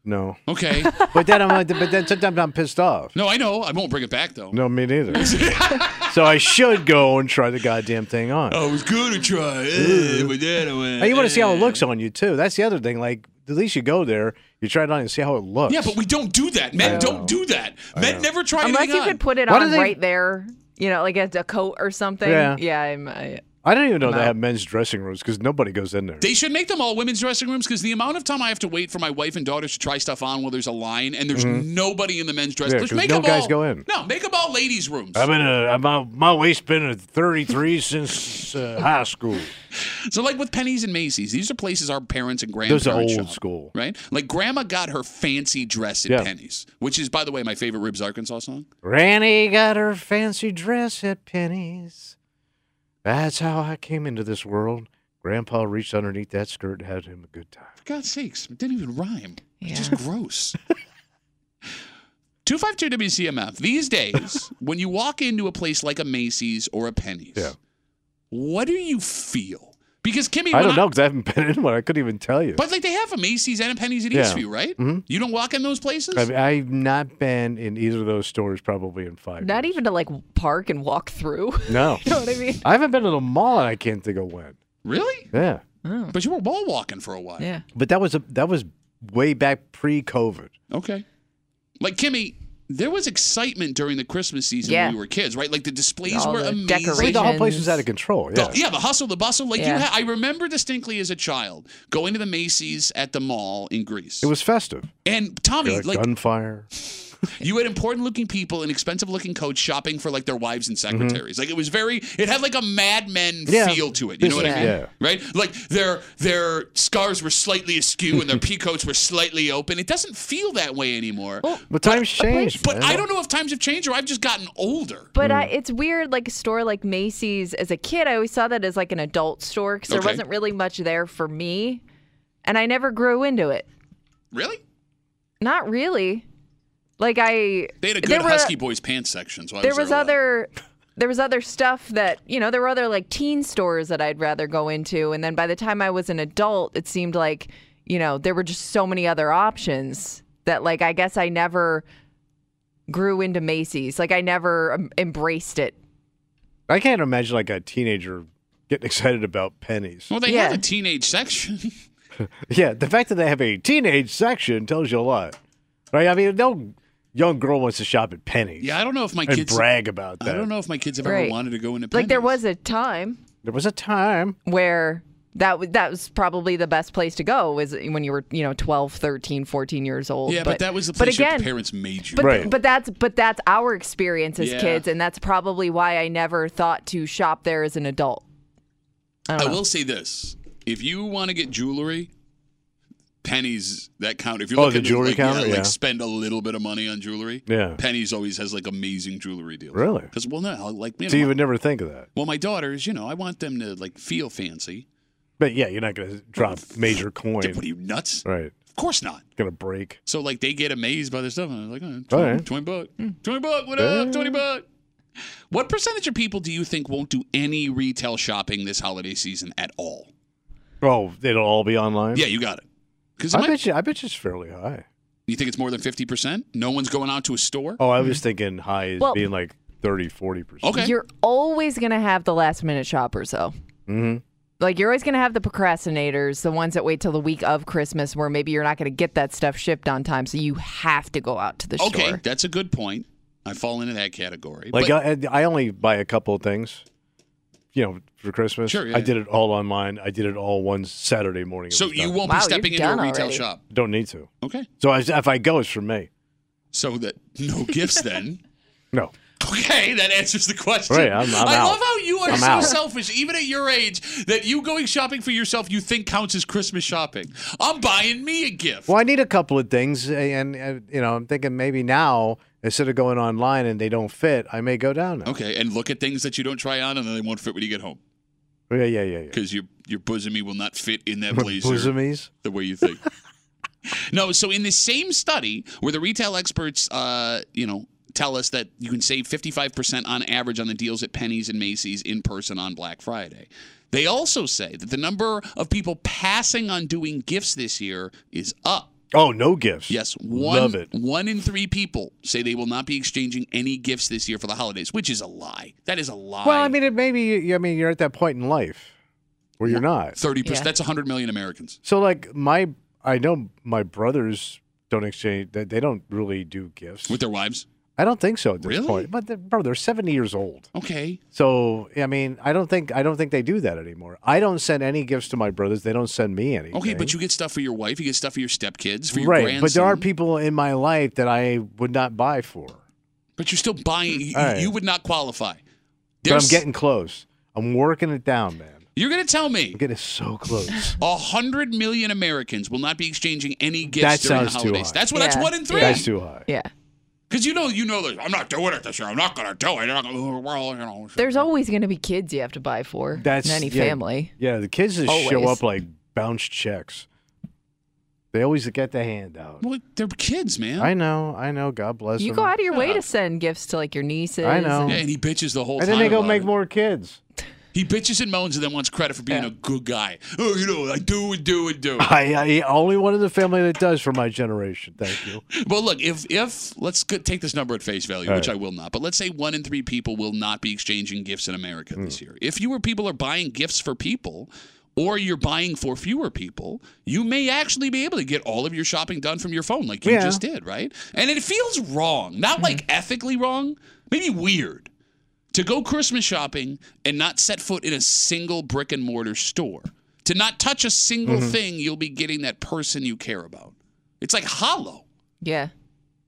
S2: No,
S1: Okay.
S2: but then I'm, like, but then sometimes I'm pissed off.
S1: no, I know. I won't bring it back, though.
S2: No, me neither. so I should go and try the goddamn thing on.
S1: I Oh, was going to try. Eh, but then I went,
S2: And Oh, you want to see how it
S1: eh.
S2: looks on you too. That's the other thing. Like at least you go there, you try it on, and see how it looks.
S1: Yeah, but we don't do that. Men don't do that. Men never try
S3: unless
S1: anything
S3: you could
S1: on.
S3: put it
S2: Why do
S3: on
S2: they-
S3: right there, you know, like a, a coat or something.
S2: Yeah.
S3: I'm, I,
S2: I don't even know they have men's dressing rooms because nobody goes in there.
S1: They should make them all women's dressing rooms because the amount of time I have to wait for my wife and daughters to try stuff on while there's a line and there's nobody in the men's dressing
S2: Mm-hmm. Yeah, 'cause
S1: room. Make
S2: no
S1: them all,
S2: guys go in.
S1: No, make them all ladies' rooms.
S2: I'm in a I'm out, my waist has been a 33 since uh, high school.
S1: so, like with Penny's and Macy's, these are places our parents and grandparents
S2: Those are old
S1: shop,
S2: school.
S1: Right? Like, Grandma got her fancy dress at
S2: Yeah.
S1: Penny's, which is, by the way, my favorite Ribs Arkansas song.
S2: Granny got her fancy dress at Penny's. That's how I came into this world. Grandpa reached underneath that skirt and had him a good time.
S1: For God's sakes, it didn't even rhyme. It's
S3: Yeah.
S1: just gross. 252 WCMF. These days, when you walk into a place like a Macy's or a Penny's,
S2: Yeah.
S1: what do you feel? Because Kimmy,
S2: I
S1: when
S2: don't know because I haven't been in one. I couldn't even tell you.
S1: But like they have a Macy's and a Penny's at
S2: Yeah.
S1: Eastview, right? You don't walk in those places.
S2: I mean, I've not been in either of those stores probably in five.
S3: not
S2: years.
S3: even to like park and walk through.
S2: No.
S3: you know what I mean?
S2: I haven't been to the mall and I can't think of when.
S1: really?
S2: Yeah.
S1: But you were wall walking for a while.
S3: Yeah.
S2: But that was a that was way back pre COVID.
S1: Okay. Like Kimmy, there was excitement during the Christmas season
S3: Yeah.
S1: when we were kids, right? Like the displays
S3: All
S1: were
S3: the
S1: amazing.
S3: decorations.
S2: The whole place was out of control. Yeah.
S1: The- yeah, the hustle, the bustle. Like you,
S3: Yeah.
S1: ha- I remember distinctly as a child going to the Macy's at the mall in Greece.
S2: It was festive.
S1: and Tommy,
S2: Like,
S1: like
S2: gunfire.
S1: you had important-looking people in expensive-looking coats shopping for like their wives and secretaries. Like it was very, it had like a Mad Men
S2: Mm-hmm. Yeah.
S1: feel to it. You know what I
S3: Yeah.
S1: mean?
S2: Yeah.
S1: Right? Like their their scarves were slightly askew and their peacoats were slightly open. It doesn't feel that way anymore.
S2: But times changed.
S1: but
S2: man.
S1: I don't know if times have changed or I've just gotten older.
S3: But
S2: Hmm.
S3: I, it's weird, like a store like Macy's. As a kid, I always saw that as like an adult store because
S1: Okay.
S3: there wasn't really much there for me, and I never grew into it.
S1: Really?
S3: Not really. Like I,
S1: They had a good
S3: there were-
S1: Husky Boys pants section. So I
S3: there
S1: was
S3: was
S1: there a lot.
S3: other there was other stuff that you know there were other like teen stores that i'd rather go into and then by the time i was an adult it seemed like you know there were just so many other options that like i guess i never grew into macy's like i never um, embraced it
S2: I can't imagine like a teenager getting excited about pennies.
S1: Well, they
S3: Yeah.
S1: have a teenage section.
S2: Yeah, the fact that they have a teenage section tells you a lot. Right? I mean, no young girl wants to shop at pennies
S1: yeah, I don't know if my
S2: and
S1: kids.
S2: brag about that.
S1: I don't know if my kids have ever
S3: Right.
S1: wanted to go into
S3: like there
S1: Penny's.
S3: was a time
S2: There was a time.
S3: where that was that was probably the best place to go was when you were you know 12 13 14 years old
S1: Yeah, but, that was the
S3: but
S1: place
S3: again,
S1: your parents made you.
S3: But,
S2: Right.
S3: but that's but that's our experience as
S1: Yeah.
S3: kids, and that's probably why I never thought to shop there as an adult. I
S1: I
S3: don't know.
S1: will say this: if you want to get jewelry, pennies that count. If you're
S2: Oh,
S1: looking
S2: the jewelry
S1: to, like, yeah,
S2: counter, yeah.
S1: like spend a little bit of money on jewelry,
S2: Yeah.
S1: pennies always has like amazing jewelry deals.
S2: Really?
S1: Because well, no, like you
S2: So
S1: know,
S2: you would never think of that.
S1: well, my daughters, you know, I want them to like feel fancy.
S2: But yeah, you're not going to drop major coin.
S1: What are you nuts?
S2: Right.
S1: Of course not.
S2: Going to break.
S1: So like they get amazed by this stuff, and I'm like, oh, 20,
S2: All right.
S1: 20 buck, twenty buck, what up, twenty buck. What percentage of people do you think won't do any retail shopping this holiday season at all?
S2: Oh, it'll all be online?
S1: Yeah, you got it. Because
S2: I bet you. I bet you it's fairly high.
S1: You think it's more than 50%? No one's going out to a store?
S2: Oh, I was thinking high is
S3: Well-
S2: being like 30, 40 percent.
S1: Okay.
S3: You're always gonna have the last minute shoppers, though.
S2: Mm-hmm.
S3: Like you're always going to have the procrastinators, the ones that wait till the week of Christmas where maybe you're not going to get that stuff shipped on time, so you have to go out to the
S1: Okay,
S3: store.
S1: that's a good point. I fall into that category.
S2: Like uh,
S1: but
S2: I, I only buy a couple of things, you know, for Christmas.
S1: Sure, yeah,
S2: I
S1: yeah.
S2: did it all online. I did it all one Saturday morning. It
S1: so
S2: was
S1: you
S2: done.
S1: won't
S3: Wow,
S1: be
S3: you've
S1: stepping into a
S3: done
S1: retail
S3: already.
S1: shop.
S2: don't need to.
S1: Okay.
S2: So I, if I go, it's for me.
S1: So that no gifts then.
S2: No,
S1: Okay, that answers the question.
S2: Right, I'm- I'm
S1: I
S2: out.
S1: love how you are
S2: I'm
S1: so
S2: out.
S1: selfish, even at your age, that you going shopping for yourself you think counts as Christmas shopping. I'm buying me a gift.
S2: well, I need a couple of things, eh, and, and you know, I'm thinking maybe now instead of going online and they don't fit, I may go down. Now.
S1: Okay, and look at things that you don't try on, and then they won't fit when you get home
S2: Yeah, yeah, yeah, yeah.
S1: because your your bosomy will not fit in that blazer.
S2: Bosomies.
S1: the way you think. no, so in this same study where the retail experts, uh, you know, tell us that you can save 55% on average on the deals at Penny's and Macy's in person on Black Friday. They also say that the number of people passing on doing gifts this year is up.
S2: Oh, no gifts.
S1: Yes, one
S2: Love it.
S1: one in 3 people say they will not be exchanging any gifts this year for the holidays, which is a lie. That is a lie.
S2: Well, I mean, it maybe. I mean, you're at that point in life where you're not.
S1: 30%,
S3: Yeah.
S1: that's 100 million Americans.
S2: So like my, I know my brothers don't exchange. They, they don't really do gifts.
S1: With their wives?
S2: I don't think so at this
S1: Really?
S2: point. But they, bro, they're seventy years old.
S1: Okay.
S2: So I mean, I don't think I don't think they do that anymore. I don't send any gifts to my brothers. They don't send me anything.
S1: Okay, but you get stuff for your wife, you get stuff for your stepkids, for your
S2: right.
S1: grandson.
S2: But there are people in my life that I would not buy for.
S1: But you're still buying. You,
S2: All right.
S1: you would not qualify.
S2: But I'm
S1: There's-
S2: getting close. I'm working it down, man.
S1: You're going to tell me
S2: I'm getting so close.
S1: a hundred million Americans will not be exchanging any gifts
S2: That
S1: during the
S2: sounds too
S1: holidays.
S2: high.
S1: That's what. That's
S3: Yeah.
S1: one in three.
S2: That's too high.
S3: Yeah.
S1: Because you know, you know, that I'm not doing it this year. I'm not going to do it. I'm not gonna, we're all, you know,
S3: There's always going to be kids you have to buy for.
S2: That's
S3: in any
S2: yeah,
S3: family.
S2: Yeah, the kids just show
S3: Always.
S2: up like bounce checks. They always get the handout.
S1: Well, they're kids, man.
S2: I know, I know. God bless
S3: You
S2: them.
S3: go out of your way to send gifts to like your nieces.
S2: I know.
S3: and-
S1: yeah, and he bitches the whole
S2: and then
S1: time.
S2: they go
S1: about
S2: make
S1: it.
S2: more kids.
S1: He bitches and moans and then wants credit for being a good guy. Oh, you know, I do and do and do.
S2: I, I only one in the family that does for my generation. Thank you.
S1: Well, look, if if let's go, take this number at face value,
S2: All
S1: which
S2: right.
S1: I will not, but let's say one in three people will not be exchanging gifts in America this year. If fewer people are buying gifts for people, or you're buying for fewer people, you may actually be able to get all of your shopping done from your phone, like you
S2: Yeah.
S1: just did, right? And it feels wrong, not like ethically wrong, maybe weird, to go Christmas shopping and not set foot in a single brick and mortar store. To not touch a single thing, you'll be getting that person you care about. It's like hollow.
S3: Yeah.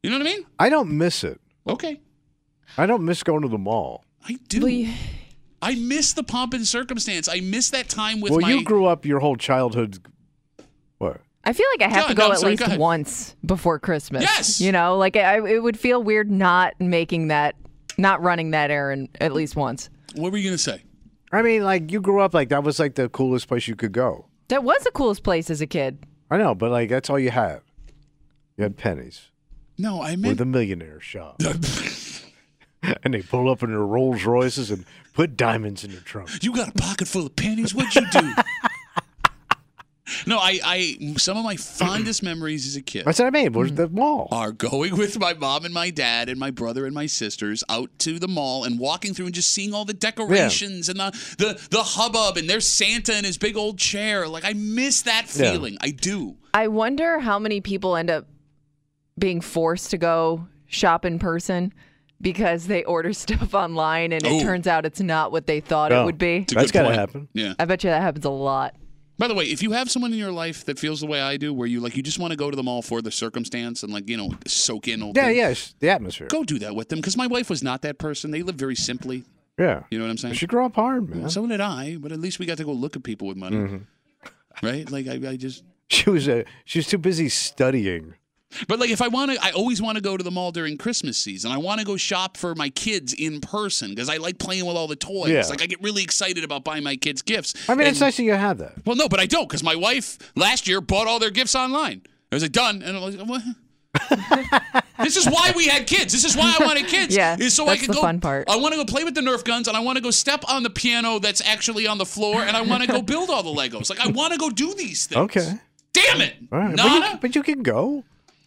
S1: You know what I mean?
S2: I don't miss it.
S1: Okay.
S2: I don't miss going to the mall.
S1: I do.
S3: Well, you-
S1: I miss the pomp and circumstance. I miss that time with
S2: well,
S1: my.
S2: you grew up your whole childhood. What?
S3: I feel like I have to
S1: No, no,
S3: go
S1: I'm
S3: at
S1: sorry, go
S3: least
S1: ahead.
S3: once before Christmas.
S1: Yes!
S3: You know, like I, it would feel weird not making that, not running that errand at least once.
S1: what were you gonna say?
S2: I mean, like you grew up like that was like the coolest place you could go.
S3: That was the coolest place as a kid.
S2: I know, but like that's all you had. You had pennies
S1: No, I
S2: or
S1: meant.
S2: the millionaire shop, and they pull up in their Rolls Royces and put diamonds in their trunk.
S1: you got a pocket full of pennies. What'd you do? no, I, I. Some of my fondest memories as a kid.
S2: That's what I mean. Where's
S1: Hmm.
S2: the mall?
S1: are going with my mom and my dad and my brother and my sisters out to the mall and walking through and just seeing all the decorations and the, the the hubbub and there's Santa in his big old chair. Like I miss that
S2: Yeah.
S1: feeling. I do.
S3: I wonder how many people end up being forced to go shop in person because they order stuff online and
S1: Oh.
S3: it turns out it's not what they thought
S2: No.
S3: it would be.
S1: It's a
S2: That's
S1: good
S2: gotta
S1: point.
S2: happen.
S1: Yeah.
S3: I bet you that happens a lot.
S1: By the way, if you have someone in your life that feels the way I do, where you like you just want to go to the mall for the circumstance and like you know soak in old
S2: Yeah,
S1: things,
S2: yeah. It's the atmosphere.
S1: go do that with them. Because my wife was not that person. They lived very simply.
S2: Yeah.
S1: You know what I'm saying?
S2: She grew up hard, man.
S1: So did I, but at least we got to go look at people with money,
S2: Mm-hmm.
S1: right? Like I, I just.
S2: She was a, she was too busy studying.
S1: But like, if I want to, I always want to go to the mall during Christmas season. I want to go shop for my kids in person because I like playing with all the toys.
S2: Yeah.
S1: Like I get really excited about buying my kids gifts.
S2: I mean,
S1: And-
S2: it's nice that you have that.
S1: Well, no, but I don't because my wife last year bought all their gifts online. I was like, done. And I was like, what? this is why we had kids. This is why I wanted kids.
S3: Yeah,
S1: is so I
S3: that's
S1: could
S3: the
S1: go.
S3: fun part.
S1: I want to go play with the Nerf guns, and I want to go step on the piano that's actually on the floor, and I want to go build all the Legos. Like I want to go do these things.
S2: Okay.
S1: Damn it!
S2: All right. But
S1: Nada.
S2: you, but you can go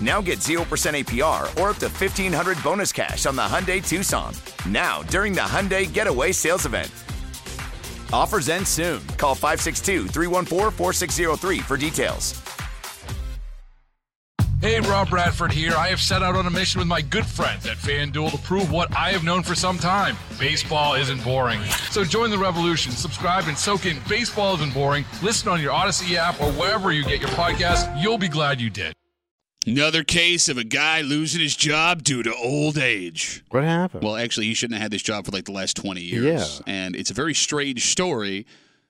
S5: Now get 0% APR or up to 1500 bonus cash on the Hyundai Tucson. Now, during the Hyundai Getaway Sales Event. Offers end soon. Call 562 314 4603 for details.
S6: Hey, Rob Bradford here. I have set out on a mission with my good friends at FanDuel to prove what I have known for some time baseball isn't boring. So join the revolution. Subscribe and soak in Baseball Isn't Boring. Listen on your Odyssey app or wherever you get your podcast. You'll be glad you did.
S1: Another case of a guy losing his job due to old age.
S2: What happened?
S1: Well, actually, he shouldn't have had this job for like the last 20 years. Yeah. And it's a very strange story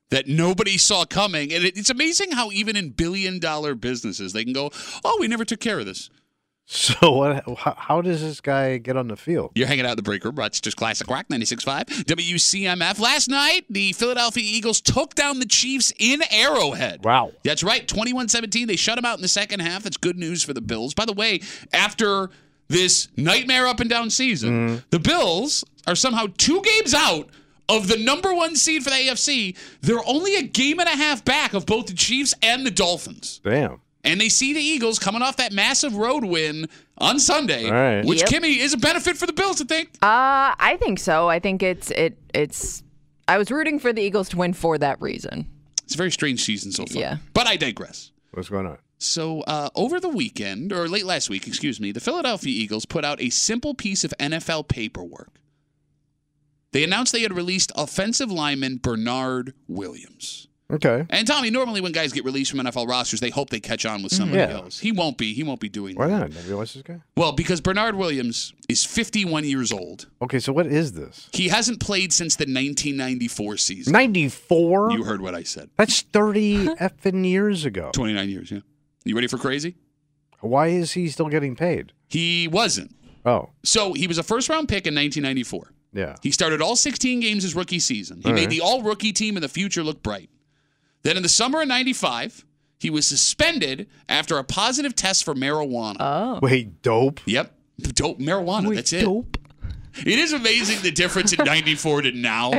S1: that nobody saw coming. And it, it's amazing how even in billion dollar businesses, they can go, oh, we never took care of this.
S2: So what? How, how does this guy get on the field?
S1: You're hanging out in the break room. Rochester's Classic Rock 96.5 WCMF. Last night, the Philadelphia Eagles took down the Chiefs in Arrowhead.
S2: Wow.
S1: That's right, 21 17. They shut them out in the second half. That's good news for the Bills. By the way, after this nightmare up and down season, the Bills are somehow two games out of the number one seed for the AFC. They're only a game and a half back of both the Chiefs and the Dolphins.
S2: Damn.
S1: And they see the Eagles coming off that massive road win on Sunday,
S2: All right.
S1: which
S3: Yep.
S1: Kimmy is a benefit for the Bills, I think.
S3: Uh, I think so. I think it's it it's. I was rooting for the Eagles to win for that reason.
S1: It's a very strange season so far.
S3: Yeah.
S1: But I digress.
S2: What's going on?
S1: So, uh, over the weekend, or late last week, excuse me, the Philadelphia Eagles put out a simple piece of NFL paperwork. They announced they had released offensive lineman Bernard Williams.
S2: Okay.
S1: And Tommy, normally when guys get released from NFL rosters, they hope they catch on
S3: Mm-hmm.
S1: with somebody
S2: Yeah.
S1: else. He won't be. He won't be doing
S2: Why
S1: that.
S2: not? Nobody wants this guy.
S1: Well, because Bernard Williams is 51 years old.
S2: Okay, so what is this?
S1: He hasn't played since the 1994 season.
S2: Ninety four.
S1: You heard what I said.
S2: That's thirty effing years ago.
S1: 29 years, yeah. You ready for crazy?
S2: Why is he still getting paid?
S1: He wasn't.
S2: Oh,
S1: So, he was a first round pick in 1994.
S2: yeah.
S1: He started all 16 games his rookie season. He
S2: All
S1: made
S2: right.
S1: the all rookie team and the future look bright. Then in the summer of 95, he was suspended after a positive test for marijuana.
S3: Oh,
S2: Wait, dope.
S1: yep. Dope marijuana.
S3: Wait,
S1: that's it.
S3: dope.
S1: It is amazing the difference in 94 to now.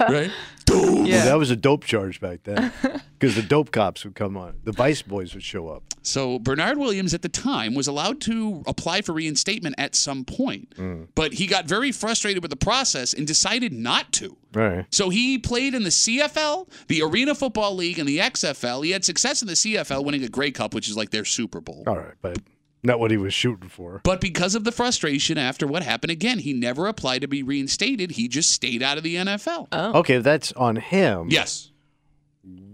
S1: Right? Dope.
S2: Well,
S3: Yeah.
S2: that was a dope charge back then, because the dope cops would come on. The Vice Boys would show up.
S1: So Bernard Williams at the time was allowed to apply for reinstatement at some point, but he got very frustrated with the process and decided not to.
S2: All right.
S1: So he played in the CFL, the Arena Football League, and the XFL. He had success in the CFL, winning a Grey Cup, which is like their Super Bowl.
S2: All right, but not what he was shooting for.
S1: But because of the frustration after what happened again, he never applied to be reinstated. He just stayed out of the NFL.
S2: Okay, that's on him.
S1: Yes.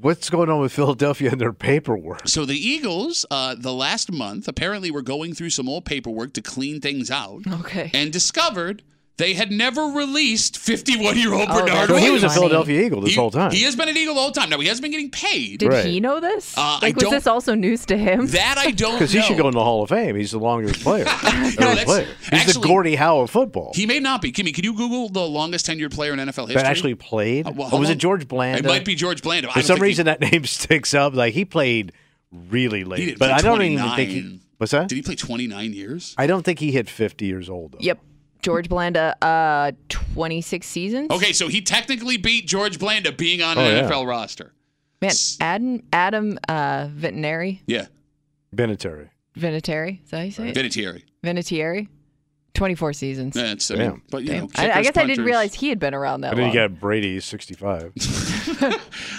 S2: What's going on with Philadelphia and their paperwork?
S1: So the Eagles, uh, the last month, apparently were going through some old paperwork to clean things out
S3: okay.
S1: and discovered they had never released 51 year old
S3: Oh,
S1: Bernard
S3: that's
S2: So he was a
S3: Funny.
S2: Philadelphia Eagle this
S1: He-
S2: whole time.
S1: He has been an Eagle the whole time. Now, he hasn't been getting paid.
S3: Did
S2: Right.
S3: he know this?
S1: Uh, I
S3: like, was
S1: don't-
S3: this also news to him?
S1: That I don't know.
S2: Because he should go in the Hall of Fame. He's the longest player. Ever
S1: that's-
S2: player. He's
S1: actually-
S2: the Gordie Howe of football.
S1: He may not be. Kimmy, can you Google the longest tenured player in NFL history?
S2: that actually played.
S1: Uh, well,
S2: or
S1: how
S2: was
S1: long-
S2: it George Bland?
S1: It might be George Blando.
S2: For
S1: I don't
S2: some
S1: think he-
S2: reason, that name sticks up. Like he played really late,
S1: didn't
S2: but
S1: play
S2: I don't even think
S1: 29.
S2: he. What's that?
S1: did he play 29 years?
S2: I don't think he hit 50 years old. Though.
S3: Yep. George Blanda, uh, 26 seasons.
S1: Okay, so he technically beat George Blanda being on
S2: Oh,
S1: an
S2: yeah.
S1: NFL roster.
S3: Man, Adam, Adam, uh, Vinatieri,
S1: Yeah,
S2: Benatari.
S3: Vinatieri, is that how you say it?
S1: Vinatieri.
S3: Vinatieri, 24 seasons.
S1: That's I
S2: Damn.
S1: mean, but you know,
S3: I, I
S1: kickers,
S3: guess I didn't
S1: punters.
S3: realize he had been around that
S2: And then
S3: long.
S2: you got Brady, 65.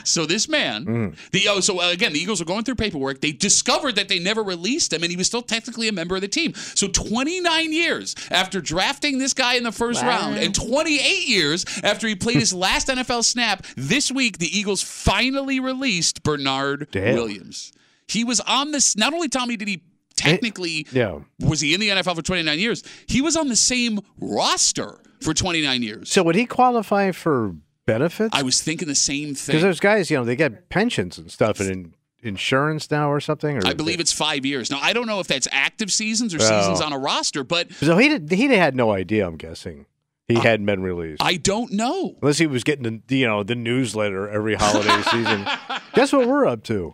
S1: So this man,
S2: Mm.
S1: the oh, so uh, again, the Eagles are going through paperwork. They discovered that they never released him, and he was still technically a member of the team. So 29 years after drafting this guy in the first
S3: Wow.
S1: round, and 28 years after he played his last NFL snap, this week the Eagles finally released Bernard
S2: Damn.
S1: Williams. He was on this. Not only Tommy did he technically
S2: Yeah.
S1: was he in the NFL for 29 years? He was on the same roster for 29 years.
S2: So would he qualify for benefits?
S1: I was thinking the same
S2: Because
S1: thing.
S2: those guys, you know, they get pensions and stuff and in, insurance now or something. Or
S1: I believe it's five years. Now I don't know if that's active seasons or seasons
S2: Oh.
S1: on a roster, but
S2: So he did, he had no idea. I'm guessing he hadn't been released
S1: I don't know.
S2: unless he was getting the you know the newsletter every holiday season. Guess what we're up to?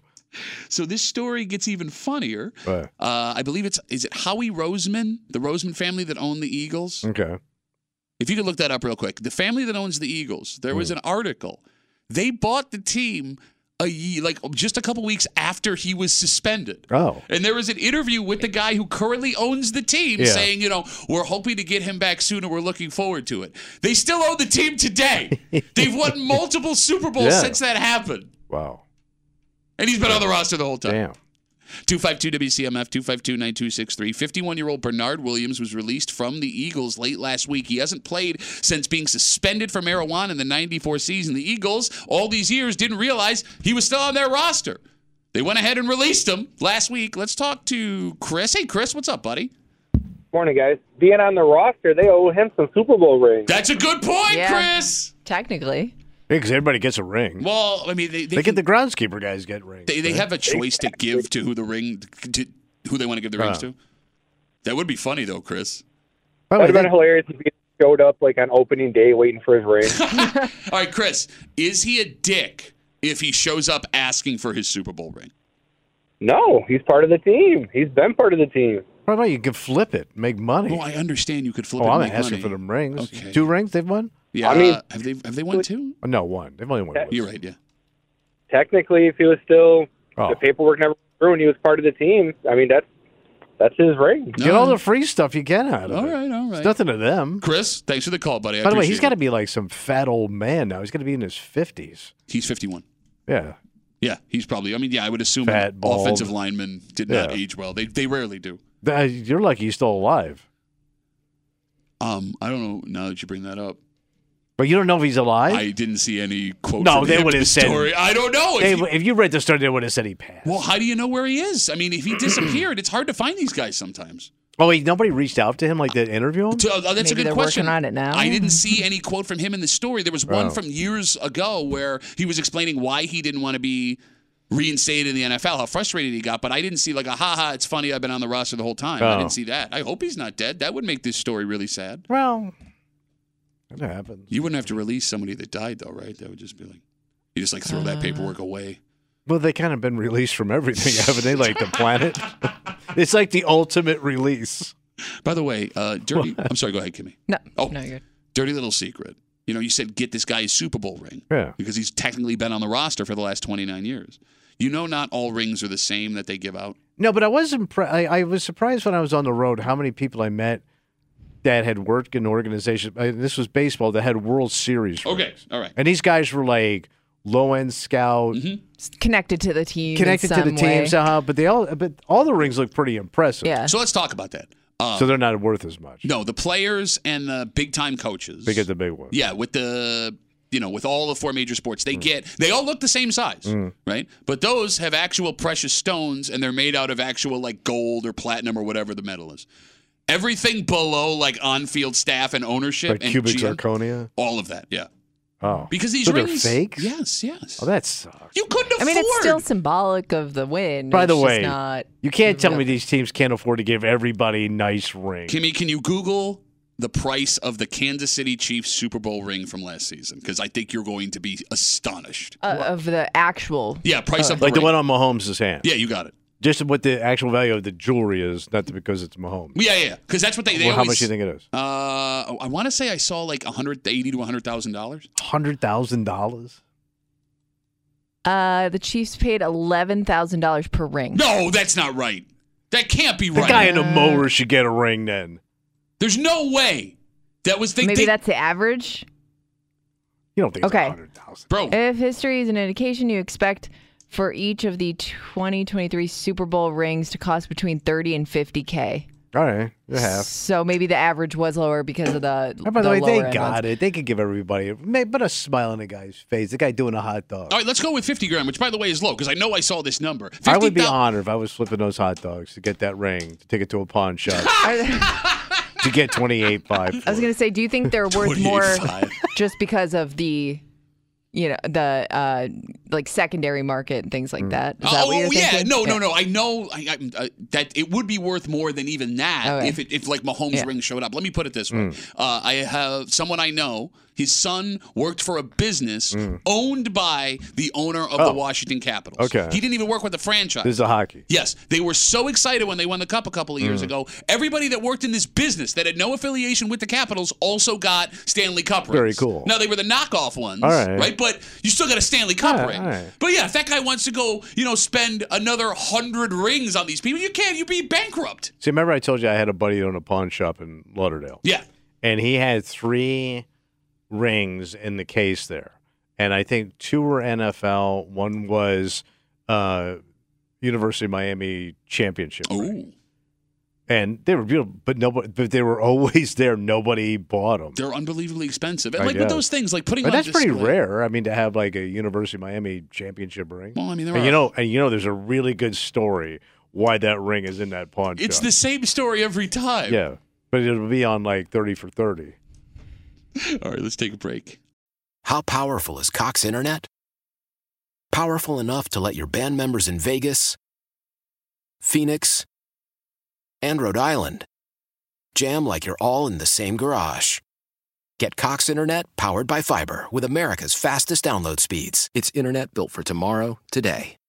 S1: So this story gets even funnier.
S2: Right.
S1: Uh, I believe it's is it Howie Roseman, the Roseman family that owned the Eagles.
S2: Okay.
S1: If you could look that up real quick, the family that owns the Eagles. There
S2: Mm.
S1: was an article. They bought the team a ye like just a couple weeks after he was suspended.
S2: Oh.
S1: And there was an interview with the guy who currently owns the team
S2: Yeah.
S1: saying, you know, we're hoping to get him back soon and we're looking forward to it. They still own the team today. They've won multiple Super Bowls
S2: Yeah.
S1: since that happened.
S2: Wow.
S1: And he's been on the roster the whole time.
S2: Damn.
S1: 252 WCMF 252 9263. 51 year old Bernard Williams was released from the Eagles late last week. He hasn't played since being suspended for marijuana in the 94 season. The Eagles, all these years, didn't realize he was still on their roster. They went ahead and released him last week. Let's talk to Chris. Hey, Chris, what's up, buddy?
S7: Morning, guys. Being on the roster, they owe him some Super Bowl rings.
S1: That's a good point,
S3: Yeah.
S1: Chris.
S3: Technically.
S2: Because everybody gets a ring.
S1: Well, I mean, they,
S2: They,
S1: they,
S2: get
S1: can-
S2: the groundskeeper guys get rings.
S1: they, they have a choice to give to who the ring, to who they want to give the rings
S2: Huh.
S1: to. That would be funny, though, Chris.
S7: That
S2: By the way,
S7: would have been
S2: they-
S7: hilarious if he showed up like on opening day waiting for his ring.
S1: All right, Chris, is he a dick if he shows up asking for his Super Bowl ring?
S7: no, he's part of the team. He's been part of the team.
S2: What about you could flip it, make money?
S1: Well, I understand you could flip
S2: oh,
S1: it.
S2: I'm
S1: and make
S2: asking
S1: money.
S2: for them rings.
S1: Okay.
S2: Two rings they've won?
S1: Yeah,
S7: I mean-
S1: uh, have they have they won two?
S2: Oh, no, one. They've only won one.
S1: You're right. Yeah.
S7: Technically, if he was still
S2: Oh.
S7: the paperwork never went through and he was part of the team, I mean that's that's his ring.
S2: Get all the free stuff you can out of
S1: All
S2: it.
S1: right, all right.
S2: It's nothing to them.
S1: Chris, thanks for the call, buddy. I
S2: By the way, he's
S1: appreciate
S2: got
S1: it.
S2: to be like some fat old man now. He's got to be in his 50s.
S1: He's 51.
S2: Yeah.
S1: Yeah, he's probably. I mean, yeah, I would assume
S2: Fat,
S1: an
S2: bald.
S1: offensive linemen did not
S2: Yeah.
S1: age well. They they rarely do.
S2: Uh, You're lucky he's still alive.
S1: Um, I don't know. Now that you bring that up,
S2: But you don't know if he's alive?
S1: I, didn't see any quote.
S2: No,
S1: from
S2: they
S1: him in
S2: would've
S1: the
S2: said-
S1: story. I don't know.
S2: They-
S1: If he-
S2: if you read the story, they would have said he passed.
S1: well, how do you know where he is? I mean, if he disappeared, it's hard to find these guys sometimes.
S2: oh, wait, nobody reached out to him like to interview him?
S1: To- oh, that's
S3: Maybe
S1: a good
S3: they're
S1: question.
S3: working on it now.
S1: I didn't see any quote from him in the story. There was one
S2: Oh.
S1: from years ago where he was explaining why he didn't want to be reinstated in the NFL, how frustrated he got. But I didn't see like a haha, it's funny I've been on the roster the whole time. I
S2: Oh.
S1: didn't see that. I hope he's not dead. That would make this story really sad.
S2: Well, that happens.
S1: You wouldn't have to release somebody that died though, right? That would just be like you just like throw
S3: Uh.
S1: that paperwork away.
S2: Well, they kind of been released from everything, haven't they? Like the planet. it's like the ultimate release.
S1: By the way, uh, dirty. I'm sorry. Go ahead, Kimmy.
S3: No.
S1: Oh.
S3: No, you're good.
S1: Dirty little secret. You know, you said get this guy his Super Bowl ring.
S2: Yeah.
S1: because he's technically been on the roster for the last 29 years. You know, not all rings are the same that they give out.
S2: No, but I was impre- I, I was surprised when I was on the road how many people I met that had worked in organizations. I, this was baseball that had World Series. rings.
S1: Okay, all right.
S2: And these guys were like low end scout,
S1: Mm-hmm.
S3: It's connected to the team. in
S2: connected to the
S3: some
S2: team
S3: way.
S2: somehow, but they all but all the rings look pretty impressive.
S3: Yeah.
S1: So let's talk about that. Uh,
S2: So they're not worth as much.
S1: no, the players and the big time coaches.
S2: They get the big one.
S1: yeah, with the you know with all the four major sports,
S2: Mm.
S1: they get they all look the same size, right? But those have actual precious stones, and they're made out of actual like gold or platinum or whatever the metal is. Everything below like on field staff and ownership
S2: Like
S1: and
S2: cubic
S1: GM,
S2: zirconia.
S1: all of that, yeah.
S2: Oh.
S1: Because these
S2: So they're
S1: rings,
S2: fakes?
S1: Yes, yes.
S2: Oh, that sucks.
S1: you couldn't afford.
S3: I mean, it's still symbolic of the win.
S2: By the
S3: It's just
S2: way,
S3: not-
S2: you can't tell me these teams can't afford to give everybody nice rings.
S1: Kimmy, can you Google the price of the Kansas City Chiefs Super Bowl ring from last season? Because I think you're going to be astonished.
S3: uh, of the actual.
S1: Yeah, price of the
S2: like the
S1: ring.
S2: one on Mahomes' hand.
S1: yeah, you got it.
S2: Just what the actual value of the jewelry is, not because it's Mahomes.
S1: Yeah, yeah, because that's what they. they
S2: Well, how
S1: always,
S2: much do you think it is?
S1: Uh, I want to say I saw like 180 to 100 thousand dollars.
S2: Hundred thousand dollars.
S3: Uh, the Chiefs paid eleven thousand dollars per ring.
S1: No, that's not right. That can't be
S2: The
S1: right.
S2: guy in the mower should get a ring then.
S1: There's no way. That was they.
S3: Maybe
S1: they-
S3: that's the average.
S2: You don't think it's
S3: Okay.
S2: hundred thousand?
S1: bro.
S3: If history is an indication, you expect for each of the 2023 Super Bowl rings to cost between 30 and 50k.
S2: All right, you have.
S3: So maybe the average was lower because of the.
S2: And by the, way,
S3: lower
S2: they
S3: end ones.
S2: got it. They could give everybody, may- but a smile on the guy's face. The guy doing a hot dog.
S1: All right, let's go with 50 grand, which by the way is low because I know I saw this number.
S2: I would be honored if I was flipping those hot dogs to get that ring, to take it to a pawn shop, to get twenty eight five.
S3: I was gonna say, do you think they're worth more just because of the, you know, the uh like secondary market and things
S2: Mm.
S3: like that? Is that
S1: oh
S3: what you're
S1: yeah,
S3: thinking?
S1: no, no, no. I know I, I, uh, that it would be worth more than even that
S3: Okay.
S1: if it, if like Mahomes'
S3: Oh, Yeah.
S1: ring showed up. Let me put it this way:
S8: Mm.
S1: uh, I have someone I know. His son worked for a business owned by the owner of
S2: Mm. Oh.
S1: the Washington Capitals.
S2: Okay.
S1: he didn't even work with the franchise.
S2: This is a hockey.
S1: Yes, they were so excited when they won the cup a couple of years
S2: Mm.
S1: ago. Everybody that worked in this business that had no affiliation with the Capitals also got Stanley Cup rings.
S2: Very cool.
S1: Now they were the knockoff ones,
S2: All right.
S1: But you still got a Stanley Cup
S2: Yeah,
S1: ring.
S2: all right.
S1: But yeah, if that guy wants to go, you know, spend another hundred rings on these people, you can't. You'd be bankrupt.
S2: See, remember I told you I had a buddy that owned a pawn shop in Lauderdale.
S1: Yeah.
S2: And he had three rings in the case there. And I think two were NFL, one was uh, University of Miami championship.
S1: Oh.
S2: ring. And they were beautiful, but nobody but they were always there. Nobody bought them.
S1: They're unbelievably expensive. And
S2: I
S1: like with
S2: guess.
S1: those things, like putting
S2: But
S1: on
S2: that's pretty
S1: display-
S2: rare. I mean, to have like a University of Miami championship ring.
S1: Well, I mean, there
S2: and you
S1: are-
S2: know, and you know, there's a really good story why that ring is in that pawn
S1: It's
S2: shop.
S1: the same story every time.
S2: Yeah, but it'll be on like thirty for thirty.
S1: All right, let's take a break.
S9: How powerful is Cox Internet? Powerful enough to let your band members in Vegas, Phoenix, and Rhode Island jam like you're all in the same garage. Get Cox Internet powered by fiber with America's fastest download speeds. It's internet built for tomorrow, today.